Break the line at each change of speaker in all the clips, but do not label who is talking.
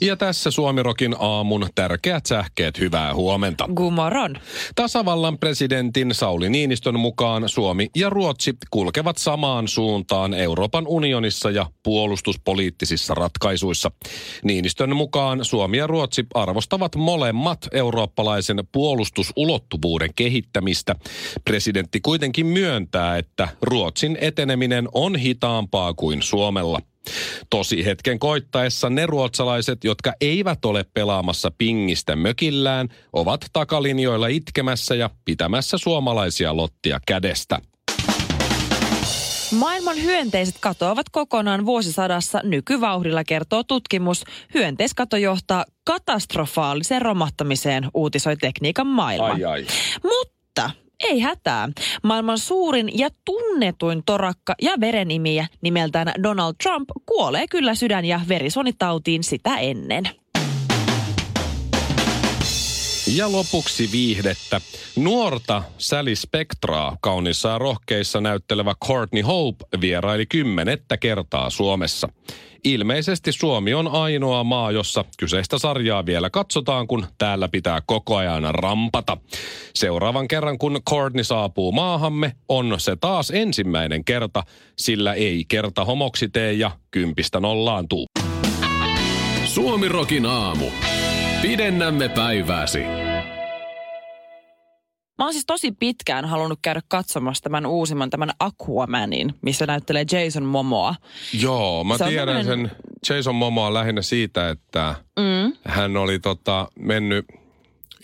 Ja tässä Suomirokin aamun tärkeät sähkeet. Hyvää huomenta.
Gumoron.
Tasavallan presidentin Sauli Niinistön mukaan Suomi ja Ruotsi kulkevat samaan suuntaan Euroopan unionissa ja puolustuspoliittisissa ratkaisuissa. Niinistön mukaan Suomi ja Ruotsi arvostavat molemmat eurooppalaisen puolustusulottuvuuden kehittämistä. Presidentti kuitenkin myöntää, että Ruotsin eteneminen on hitaampaa kuin Suomella. Tosi hetken koittaessa ne ruotsalaiset, jotka eivät ole pelaamassa pingistä mökillään, ovat takalinjoilla itkemässä ja pitämässä suomalaisia lottia kädestä.
Maailman hyönteiset katoavat kokonaan vuosisadassa nykyvauhdilla, kertoo tutkimus. Hyönteiskato johtaa katastrofaaliseen romahtamiseen, uutisoi tekniikan maailma.
Ai ai.
Mutta ei hätää. Maailman suurin ja tunnetuin torakka ja verenimiä nimeltään Donald Trump kuolee kyllä sydän- ja verisuonitautiin sitä ennen.
Ja lopuksi viihdettä. Nuorta Sally Spektraa kaunissa ja rohkeissa näyttelevä Courtney Hope vieraili kymmenettä kertaa Suomessa. Ilmeisesti Suomi on ainoa maa, jossa kyseistä sarjaa vielä katsotaan, kun täällä pitää koko ajan rampata. Seuraavan kerran, kun Courtney saapuu maahamme, on se taas ensimmäinen kerta, sillä ei kerta homoksi tee ja kympistä nollaan tuu.
Suomirokin aamu. Pidennämme päivääsi.
Mä oon siis tosi pitkään halunnut käydä katsomassa tämän uusimman, tämän Aquamanin, missä näyttelee Jason Momoa.
Joo, mä
Se on
tiedän sen
tämmönen-
Jason Momoa lähinnä siitä, että mm. hän oli tota, mennyt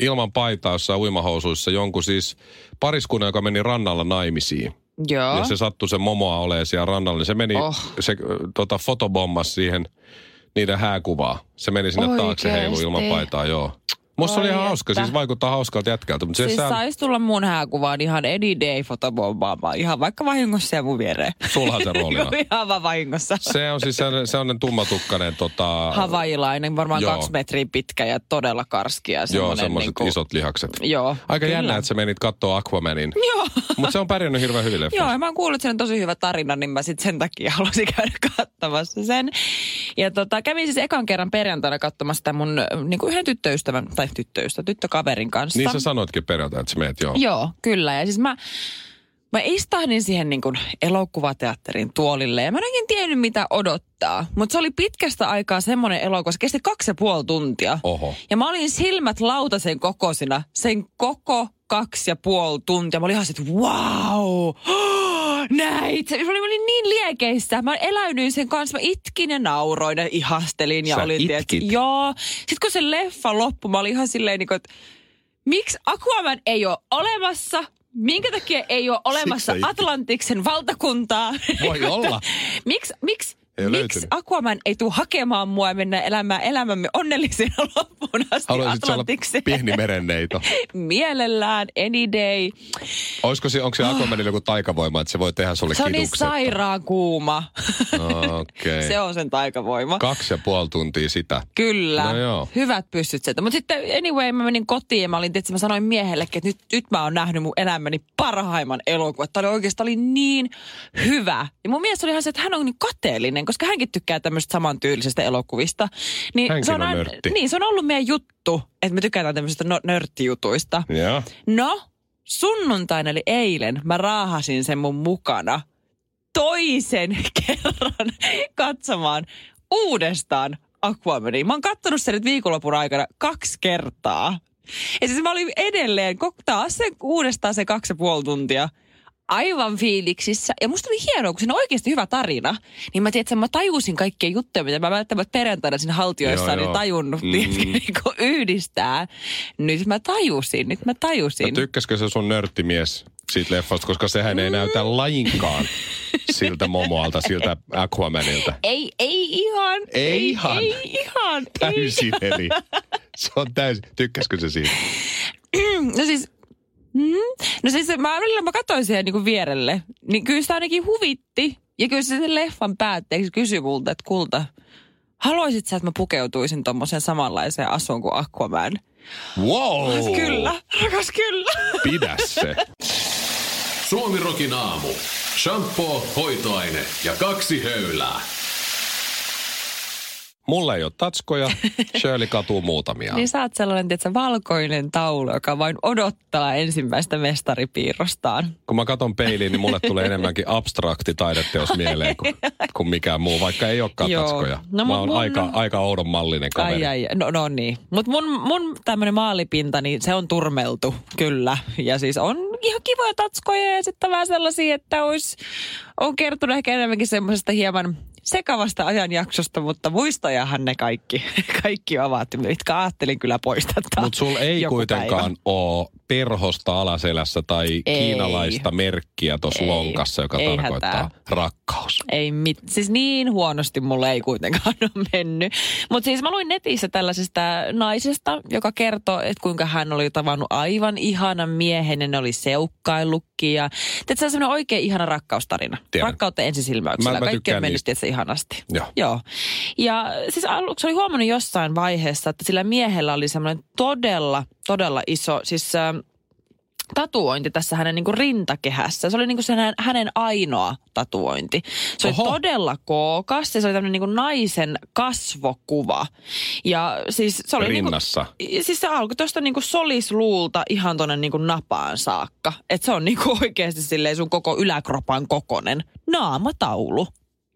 ilman paitaa jossain uimahousuissa jonkun siis pariskunnan, joka meni rannalla naimisiin.
Joo.
Ja se sattui se Momoa olemaan siellä rannalla. niin Se meni, oh.
Oh.
se ö, tota, fotobommas siihen niiden hääkuvaa. Se meni sinne Oikeasti. taakse
Oikeesti?
heilu ilman paitaa, joo. Musta se oli ihan
Ai
hauska,
että.
siis vaikuttaa hauskalta jätkältä. Mutta
Siis sais tulla mun hääkuvaan ihan any day fotobombaamaan, ihan vaikka vahingossa ja mun viereen. Niin
Sulhan se roolina.
ihan vaan vahingossa.
Se on siis sellainen, sellainen tummatukkainen tota,
Havailainen, varmaan
Joo.
joo. kaksi metriä pitkä ja todella karskia.
joo,
semmonen
semmoiset
niinku-
isot lihakset.
Joo.
Aika
kyllä.
jännä, että sä menit katsoa Aquamanin.
Joo.
Mutta se on pärjännyt hirveän hyvin leffassa.
Joo, ja mä oon kuullut sen tosi hyvä tarina, niin mä sit sen takia halusin käydä katsomassa sen. Ja tota, kävin siis ekan kerran perjantaina katsomassa sitä mun niin kuin yhden tyttöystävän, tai tyttöystä, tyttökaverin kanssa.
Niin sä sanoitkin perjantai, että sä meet joo.
Joo, kyllä. Ja siis mä, mä istahdin siihen niin kuin elokuvateatterin tuolille ja mä en oikein tiennyt mitä odottaa. Mutta se oli pitkästä aikaa semmoinen elokuva, se kesti kaksi ja puoli tuntia.
Oho.
Ja mä olin silmät lautasen kokosina sen koko kaksi ja puoli tuntia. Mä olin ihan sit, wow! Näit! Se- Mä olin, mä olin niin liekeissä. Mä eläydyin sen kanssa. Mä itkin ja nauroin ja ihastelin. Ja
Sä
olin, tiedät-
itkit?
joo. Sitten kun se leffa loppui, mä olin ihan silleen, niin kuin, että miksi Aquaman ei ole olemassa? Minkä takia ei ole olemassa
itkit.
Atlantiksen valtakuntaa?
Voi olla.
miksi, miksi,
Ei ole
miksi
löytynyt.
Aquaman ei tule hakemaan mua ja mennä elämään elämämme onnellisena loppuun asti
Haluaisit olla
Atlantikseen?
pieni merenneito.
Mielellään, any day.
Olisiko se, onko se Aquamanilla joku taikavoima, että se voi tehdä sulle
Se on niin
kidukset?
sairaan kuuma.
No Okei.
Se on sen taikavoima.
Kaksi ja puoli tuntia sitä.
Kyllä.
No joo.
Hyvät pyssyt sieltä. Mutta sitten anyway, mä menin kotiin ja mä, olin, tietysti, mä sanoin miehellekin, että nyt, nyt mä oon nähnyt mun elämäni parhaimman elokuvan. Tämä oli oikeastaan oli niin hyvä. Ja mun mies oli ihan se, että hän on niin kateellinen, koska hänkin tykkää tämmöisistä samantyylisistä elokuvista. Niin
Hänkin
se on,
on
aina-
nörtti.
Niin, se on ollut meidän juttu, että me tykätään tämmöisistä no, nörttijutuista.
Joo.
No, sunnuntaina eli eilen mä raahasin sen mun mukana toisen kerran katsomaan uudestaan Aquamania. Mä oon kattonut sen nyt viikonlopun aikana kaksi kertaa. Ja siis mä olin edelleen kok- taas sen uudestaan se kaksi ja puoli tuntia aivan fiiliksissä. Ja musta oli hienoa, kun siinä on oikeasti hyvä tarina. Niin mä tiedän, mä tajusin kaikkia juttuja, mitä mä välttämättä perjantaina siinä haltioissa
Joo,
olin
joo.
tajunnut
Mm.
mm. niin kuin yhdistää. Nyt mä tajusin, nyt mä tajusin.
Ja tykkäskö se sun nörttimies
siitä leffasta, koska sehän
Mm.
ei näytä lainkaan siltä momoalta, siltä Aquamanilta.
Ei, ei ihan.
Ei ihan.
Ei ihan. Ei.
Täysin eri. Se on täysin. Tykkäskö se siitä?
No siis, mm, no siis se- mä välillä mä katsoin siihen niinku vierelle, niin kyllä sitä ainakin huvitti. Ja kyllä se sen leffan päätteeksi kysyi multa, että kulta, haluaisit sä, että mä pukeutuisin tommoseen samanlaiseen asuun kuin Aquaman?
Wow!
Oh. Kyllä, rakas kyllä.
Pidä se.
Suomi Rokin aamu. Shampoo, hoitoaine ja kaksi höylää.
Mulla ei ole tatskoja, Shirley katuu muutamia.
Niin sä oot sellainen, tiedätkö, valkoinen taulu, joka vain odottaa ensimmäistä mestaripiirrostaan.
Kun mä katon peiliin, niin mulle tulee enemmänkin abstrakti taideteos mieleen kuin, kuin mikään muu, vaikka ei olekaan
Joo.
tatskoja.
No,
mä
mut
oon
mun-
aika, aika oudon mallinen kaveri.
Ai, ai, ai. no, no niin. Mutta mun, mun tämmönen maalipinta, niin se on turmeltu, kyllä. Ja siis on ihan kivoja tatskoja ja sitten vähän sellaisia, että olisi, on kertonut ehkä enemmänkin semmoisesta hieman sekavasta ajanjaksosta, mutta muistajahan ne kaikki, kaikki ovat, mitkä ajattelin kyllä poistaa.
Mutta sulla ei
joku
kuitenkaan
päivä.
ole perhosta alaselässä tai
Ei.
kiinalaista merkkiä tuossa
Ei.
lonkassa, joka
Ei
tarkoittaa
hätää.
rakkaus.
Ei mit, siis niin huonosti mulle ei kuitenkaan ole mennyt. Mutta siis mä luin netissä tällaisesta naisesta, joka kertoo, että kuinka hän oli tavannut aivan ihanan miehen ja ne oli seukkaillutkin. Ja, tiedätkö, se on semmoinen oikein ihana rakkaustarina.
Tiedän.
Rakkautta ensisilmäyksellä.
Mä- mä
Kaikki
tykkään
on mennyt
niistä.
tiedätkö, ihanasti.
Joo.
Joo. Ja siis aluksi oli huomannut jossain vaiheessa, että sillä miehellä oli semmoinen todella, todella iso, siis äh, tatuointi tässä hänen niin kuin rintakehässä. Se oli niin kuin se hänen, hänen ainoa tatuointi. Se oli
Oho.
todella kookas ja se oli tämmöinen niin kuin naisen kasvokuva. Ja siis se oli niin kuin,
Rinnassa.
siis se alkoi tuosta niinku solisluulta ihan tuonne niinku napaan saakka. Et se on niinku oikeasti silleen sun koko yläkropan kokonen naamataulu.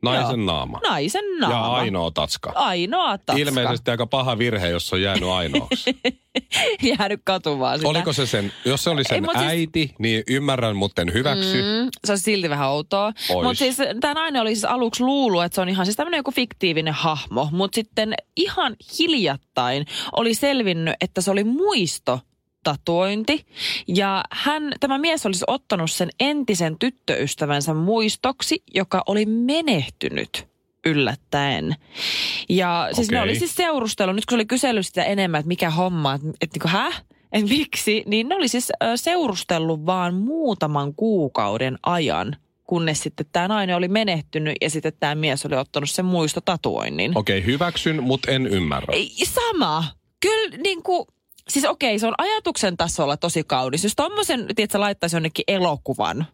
Naisen
Joo.
naama.
Naisen naama.
Ja ainoa tatska.
Ainoa tatska.
Ilmeisesti aika paha virhe, jos se on jäänyt ainoaksi.
Jäänyt katumaan sitä.
Oliko se sen, jos se oli
Ei,
sen
mut siis-
äiti, niin ymmärrän, mutta en hyväksy. Mm.
Mm, se on silti vähän outoa.
Ois.
Mutta siis tämä nainen oli siis aluksi luullut, että se on ihan siis tämmöinen joku fiktiivinen hahmo. Mutta sitten ihan hiljattain oli selvinnyt, että se oli muisto tatuointi. Ja hän, tämä mies olisi ottanut sen entisen tyttöystävänsä muistoksi, joka oli menehtynyt yllättäen. Ja siis ne
Okei.
oli siis seurustellut, nyt kun se oli kysellyt sitä enemmän, että mikä homma, että, että niin kuin, häh? Et miksi? Niin ne oli siis ö, seurustellut vaan muutaman kuukauden ajan, kunnes sitten tämä nainen oli menehtynyt ja sitten tämä mies oli ottanut sen niin muistotatuoinnin.
Okei, okay, hyväksyn, mutta en ymmärrä.
Ei, sama. Kyllä niin kuin, siis okei, se on ajatuksen tasolla tosi kaunis. Jos tommosen, tiedätkö, laittaisi jonnekin elokuvan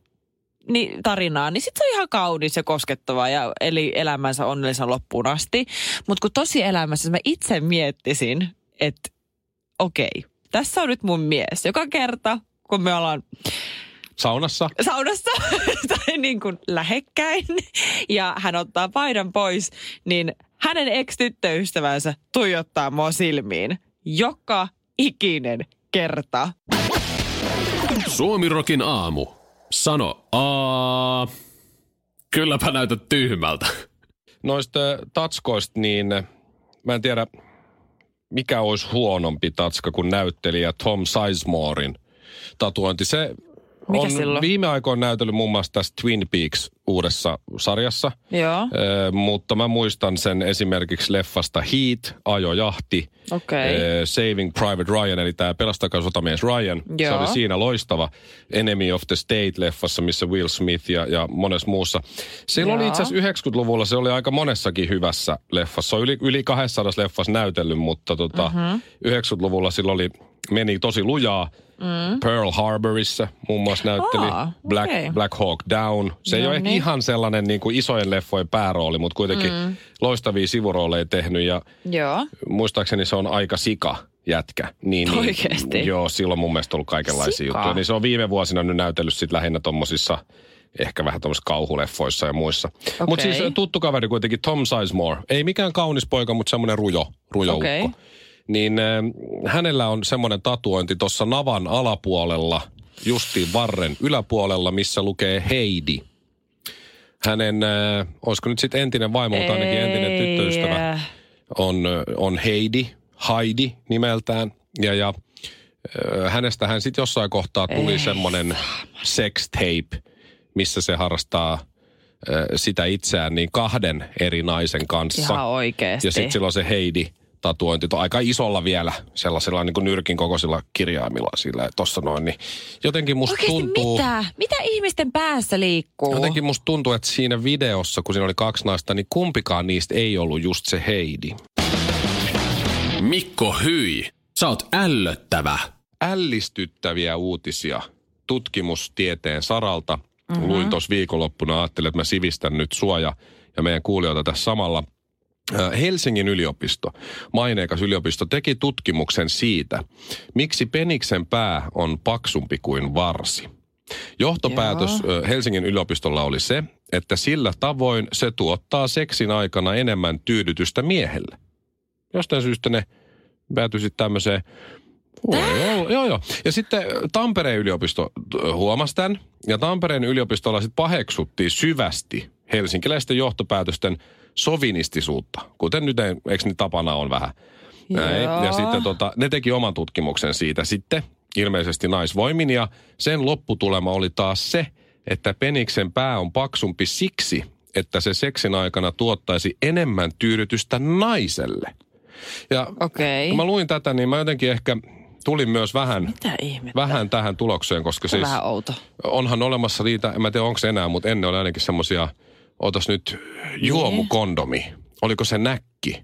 niin, tarinaan, niin sit se on ihan kaunis ja koskettava ja eli elämänsä onnellisen loppuun asti. Mutta kun tosi elämässä mä itse miettisin, että okei, tässä on nyt mun mies. Joka kerta, kun me ollaan
Saunassa?
saunassa tai niin kuin lähekkäin ja hän ottaa paidan pois, niin hänen ex-tyttöystävänsä tuijottaa mua silmiin joka ikinen kerta.
Suomi Rokin aamu. Sano A. Kylläpä näytät tyhmältä.
Noista tatskoista, niin mä en tiedä, mikä olisi huonompi tatska kuin näyttelijä Tom Sizemorein tatuointi. Se
Mikä
on
sillä on?
viime aikoina näytellyt muun muassa tässä Twin Peaks uudessa sarjassa.
Joo,
Ö, mutta mä muistan sen esimerkiksi leffasta Heat, Ajojahti,
okei. Okay.
ö, Saving Private Ryan, eli tämä Pelastakaa sotamies Ryan. Se
Joo.
oli siinä loistava Enemy of the State-leffassa, missä Will Smith ja, ja monessa muussa. Silloin oli
Joo.
itse asiassa 90-luvulla, se oli aika monessakin hyvässä leffassa. Se on Yli, yli 200 leffassa näytellyt, mutta tota,
Mhm.
mm-hmm. 90-luvulla silloin oli, meni tosi lujaa. Mm. Pearl Harborissa muun muassa näytteli
Aa,
Black,
okei.
Black Hawk Down. Se ei
No
ole ehkä
niin.
ihan sellainen niin kuin isojen leffojen päärooli, mutta kuitenkin mm. loistavia sivurooleja tehnyt ja
Joo.
muistaakseni se on aika sika jätkä. Niin, niin,
Oikeesti?
Joo, silloin mun mielestä ollut kaikenlaisia
Sika.
juttuja. Niin se on viime vuosina nyt näytellyt sit lähinnä tommosissa, ehkä vähän tommosissa kauhuleffoissa ja muissa. Okay. Mutta
Okei.
siis tuttu kaveri kuitenkin, Tom Sizemore. Ei mikään kaunis poika, mutta semmoinen rujo, rujo
Okei.
ukko. Niin äh, hänellä on semmoinen tatuointi tuossa navan alapuolella, justiin varren yläpuolella, missä lukee Heidi. Hänen, äh, olisiko nyt sitten entinen vaimo, mutta ainakin entinen
eh,
tyttöystävä
Ei, äh,
on, on Heidi, Heidi nimeltään. Ja, ja Öö, Hänestähän sitten jossain kohtaa tuli
Ei
semmoinen sex tape, missä se harrastaa öö, sitä itseään niin kahden eri naisen kanssa.
Ihan oikeesti.
Ja sitten silloin se Heidi tatuointi on aika isolla vielä, sellaisella niin kuin nyrkin kokoisilla kirjaimilla sillä tossa noin, niin jotenkin musta
Oikeesti
tuntuu...
mitä? Mitä ihmisten päässä liikkuu?
Jotenkin musta tuntuu, että siinä videossa, kun siinä oli kaksi naista, niin kumpikaan niistä ei ollut just se Heidi.
Mikko Hyi, sä oot ällöttävä.
Ällistyttäviä uutisia tutkimustieteen saralta. Mm-hmm. Luin tuossa viikonloppuna, ajattelin, että mä sivistän nyt suoja ja meidän kuulijoita tässä samalla. Ö, Helsingin yliopisto, maineikas yliopisto, teki tutkimuksen siitä, miksi peniksen pää on paksumpi kuin varsi. Johtopäätös ö, Helsingin yliopistolla oli se, että sillä tavoin se tuottaa seksin aikana enemmän tyydytystä miehelle. Jostain syystä ne päätyi sitten tämmöiseen. Joo, joo, joo. Ja sitten ö, Tampereen yliopisto ö, huomasi tämän, ja Tampereen yliopistolla sitten paheksuttiin syvästi helsinkiläisten johtopäätösten sovinistisuutta, kuten nyt, ei- eikö niin tapana on vähän. Näin. Ja
Joo.
sitten tota, ne teki oman tutkimuksen siitä sitten, ilmeisesti naisvoimin, ja sen lopputulema oli taas se, että peniksen pää on paksumpi siksi, että se seksin aikana tuottaisi enemmän tyydytystä naiselle. Ja
Okei.
kun mä luin tätä, niin mä jotenkin ehkä tulin myös vähän,
Mitä ihmettä?
vähän tähän tulokseen, koska
Siis...
siis
Vähän outo.
onhan olemassa niitä, en mä tiedä onko enää, mutta ennen oli ainakin semmoisia, otas nyt juomukondomi. Oliko se näkki?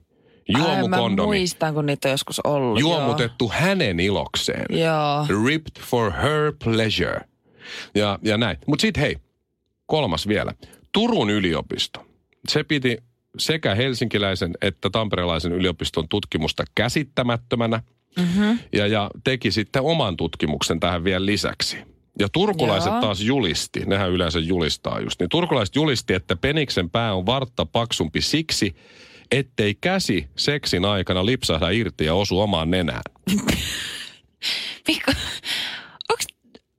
Ai, mä
Juomukondomi.
muistan, kun niitä on joskus ollut.
Juomutettu hänen ilokseen.
Joo. joo.
Ripped for her pleasure. Ja, ja näin. Mutta sitten hei, kolmas vielä. Turun yliopisto. Se piti sekä helsinkiläisen että tamperelaisen yliopiston tutkimusta käsittämättömänä. Mm-hmm. Ja, ja teki sitten oman tutkimuksen tähän vielä lisäksi. Ja turkulaiset
Joo.
taas julisti, nehän yleensä julistaa just, niin turkulaiset julisti, että peniksen pää on vartta paksumpi siksi, ettei käsi seksin aikana lipsahda irti ja osu omaan nenään.
Mikko, onks,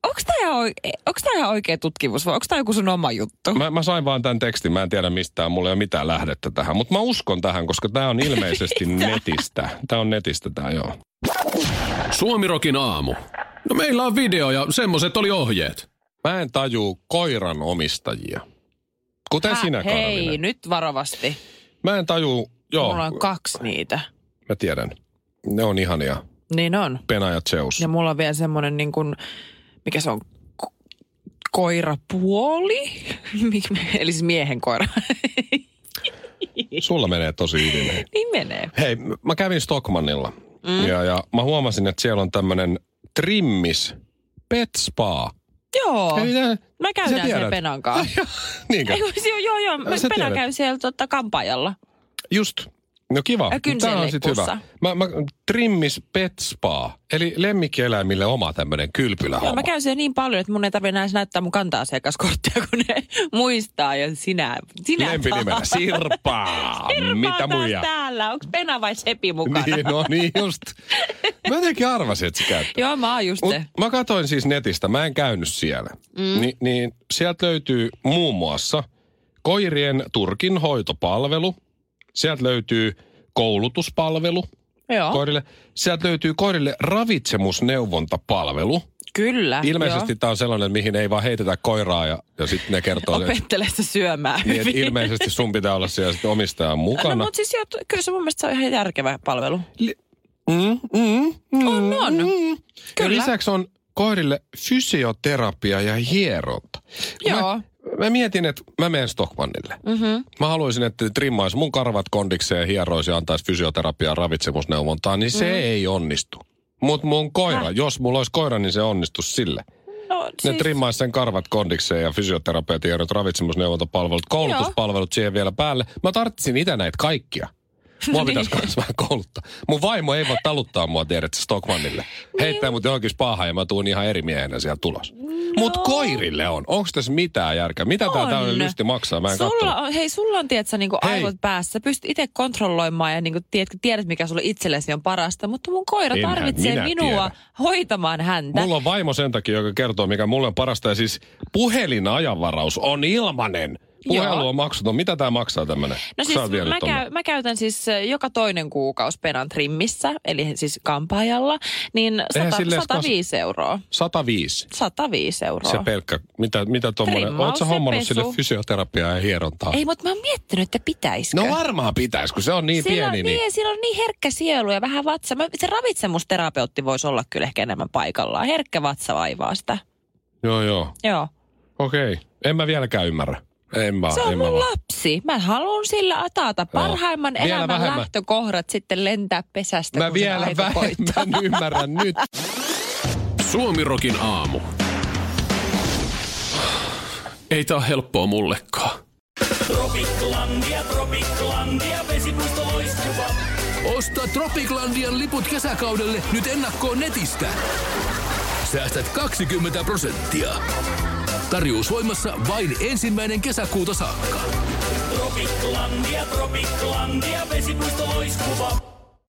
onks tää, ihan oike- onks tää ihan oikea tutkimus vai onks tää joku sun oma juttu?
Mä, mä sain vaan tämän tekstin, mä en tiedä mistään, mulla ei ole mitään lähdettä tähän, mutta mä uskon tähän, koska tämä on ilmeisesti netistä. Tämä on netistä tämä, joo.
Suomirokin aamu. No meillä on video ja semmoset oli ohjeet.
Mä en tajuu koiran omistajia. Kuten
Hä,
sinä,
Hei,
Karvinen.
nyt varovasti.
Mä en tajuu, joo,
Mulla on kaksi niitä.
mä tiedän. Ne on ihania.
Niin on.
Pena ja Zeus.
Ja mulla on vielä semmoinen niin kuin, mikä se on, ko- koirapuoli? Mik- Eli siis miehen koira.
Sulla menee tosi hyvin.
niin menee.
Hei, m- mä kävin Stockmannilla mm. ja, ja mä huomasin, että siellä on tämmönen trimmis pet spa.
Joo.
Ei, nää-
Mä käyn
sä
siellä
tiedät.
Penan kanssa.
Niinkö?
Ei, kun se- joo, joo, mä
Sä
Pena
tiedät.
käy siellä tota, kampaajalla.
Just. No kiva.
Ö,
Tämä on sitten
kynsenlippussa.
hyvä. Mä, mä, trimmis Pet Spa, eli lemmikkieläimille oma tämmöinen
Joo,
kylpylähomma.
mä käyn siellä niin paljon, että mun ei tarvitse enää edes näyttää mun kanta-asiakaskorttia, kun ne muistaa ja sinä, sinä
Lempinimellä
taas.
Sirpaa.
Sirpa on
Mitä
taas
muja?
täällä? Onko Pena vai Sepi mukana?
Niin, no niin just. Mä jotenkin arvasin, että se käyttää.
Joo, mä oon just
Mut
se.
mä katsoin siis netistä, mä en käynyt siellä. Mm. Ni, niin sieltä löytyy muun muassa koirien turkin hoitopalvelu. Sieltä löytyy koulutuspalvelu
Joo,
koirille. Sieltä löytyy koirille ravitsemusneuvontapalvelu.
kyllä.
Ilmeisesti
joo.
tämä on sellainen, mihin ei vaan heitetä koiraa ja, ja sitten ne kertoo, että
Opettele sitä syömään
niin, et
hyvin.
ilmeisesti sun pitää olla siellä sitten omistajan
No,
mukana.
mutta siis joo, t- kyllä se mun mielestä se on ihan järkevä palvelu.
Mm, mm, mm,
On, on.
Ja
Kyllä.
lisäksi on koirille fysioterapia ja hieronta.
Joo.
Mä, mä mietin, että mä menen Stockmannille. Mm-hmm. Mä haluaisin, että trimmaisi mun karvat kondikseen, hieroisi ja antaisi fysioterapiaa ravitsemusneuvontaa, niin se mm.
Mm-hmm.
ei onnistu. Mutta mun koira, jos mulla olisi koira, niin se onnistus sille.
No,
Ne
siis,
trimmaisi sen karvat kondikseen ja fysioterapeutit, ravitsemusneuvontapalvelut, koulutuspalvelut siihen vielä päälle. Mä tarvitsin itse näitä kaikkia.
Niin.
Mua pitäisi kanssa vähän kouluttaa. Mun vaimo ei voi taluttaa mua, tiedät, sä, Stockmannille.
Niin.
Heittää mut johonkin spahaan ja mä tuun ihan eri miehenä siellä tulos. Mut koirille on. Onko tässä mitään järkeä? Mitä tää
No. On.
tällainen lysti maksaa? Mä en
sulla
kattonut.
on, hei, sulla on, tiedätkö, niinku
Hei.
aivot päässä. Sä Pystyt itse kontrolloimaan ja niinku, tiedät, tiedät, mikä sulle itsellesi on parasta. Mutta mun koira
Enhän minä
tarvitsee minua
tiedä.
hoitamaan häntä.
Mulla on vaimo sen takia, joka kertoo, mikä mulle on parasta. Ja siis puhelinajanvaraus on ilmanen. Puhelu on maksuton. Mitä tämä maksaa tämmöinen?
No siis mä,
tommonen?
käy, mä käytän siis äh, joka toinen kuukausi penan trimmissä, eli siis kampaajalla, niin
Eihän
100,
sille edes
105 euroa.
105.
105 euroa.
Se pelkkä. Mitä, mitä tuommoinen?
Trimmaus
Oletko
ja
hommannut
pesu.
sille fysioterapiaa ja hierontaa?
Ei, mutta mä oon miettinyt, että pitäisikö.
No varmaan pitäisi, kun se on niin
Sillä on,
pieni.
niin, sillä on niin herkkä sielu ja vähän vatsa. Mä, se ravitsemusterapeutti voisi olla kyllä ehkä enemmän paikallaan. Herkkä vatsa vaivaa sitä.
Joo, joo.
Joo.
Okei. En mä vieläkään ymmärrä. En mä,
Se on
en mä
mun
vaan.
lapsi. Mä haluan sillä ataata parhaimman
Vielä
elämän
vähemmän.
lähtökohdat sitten lentää pesästä,
Mä
kun sen
vielä
aika koittaa.
vähemmän ymmärrän nyt.
Suomirokin aamu. Ei tää ole helppoa mullekaan. Osta Tropiclandian liput kesäkaudelle nyt ennakkoon netistä. Säästät 20 prosenttia. Tarjous voimassa vain ensimmäinen kesäkuuta saakka.
Tropiklandia, Tropiklandia, vesipuisto loiskuva.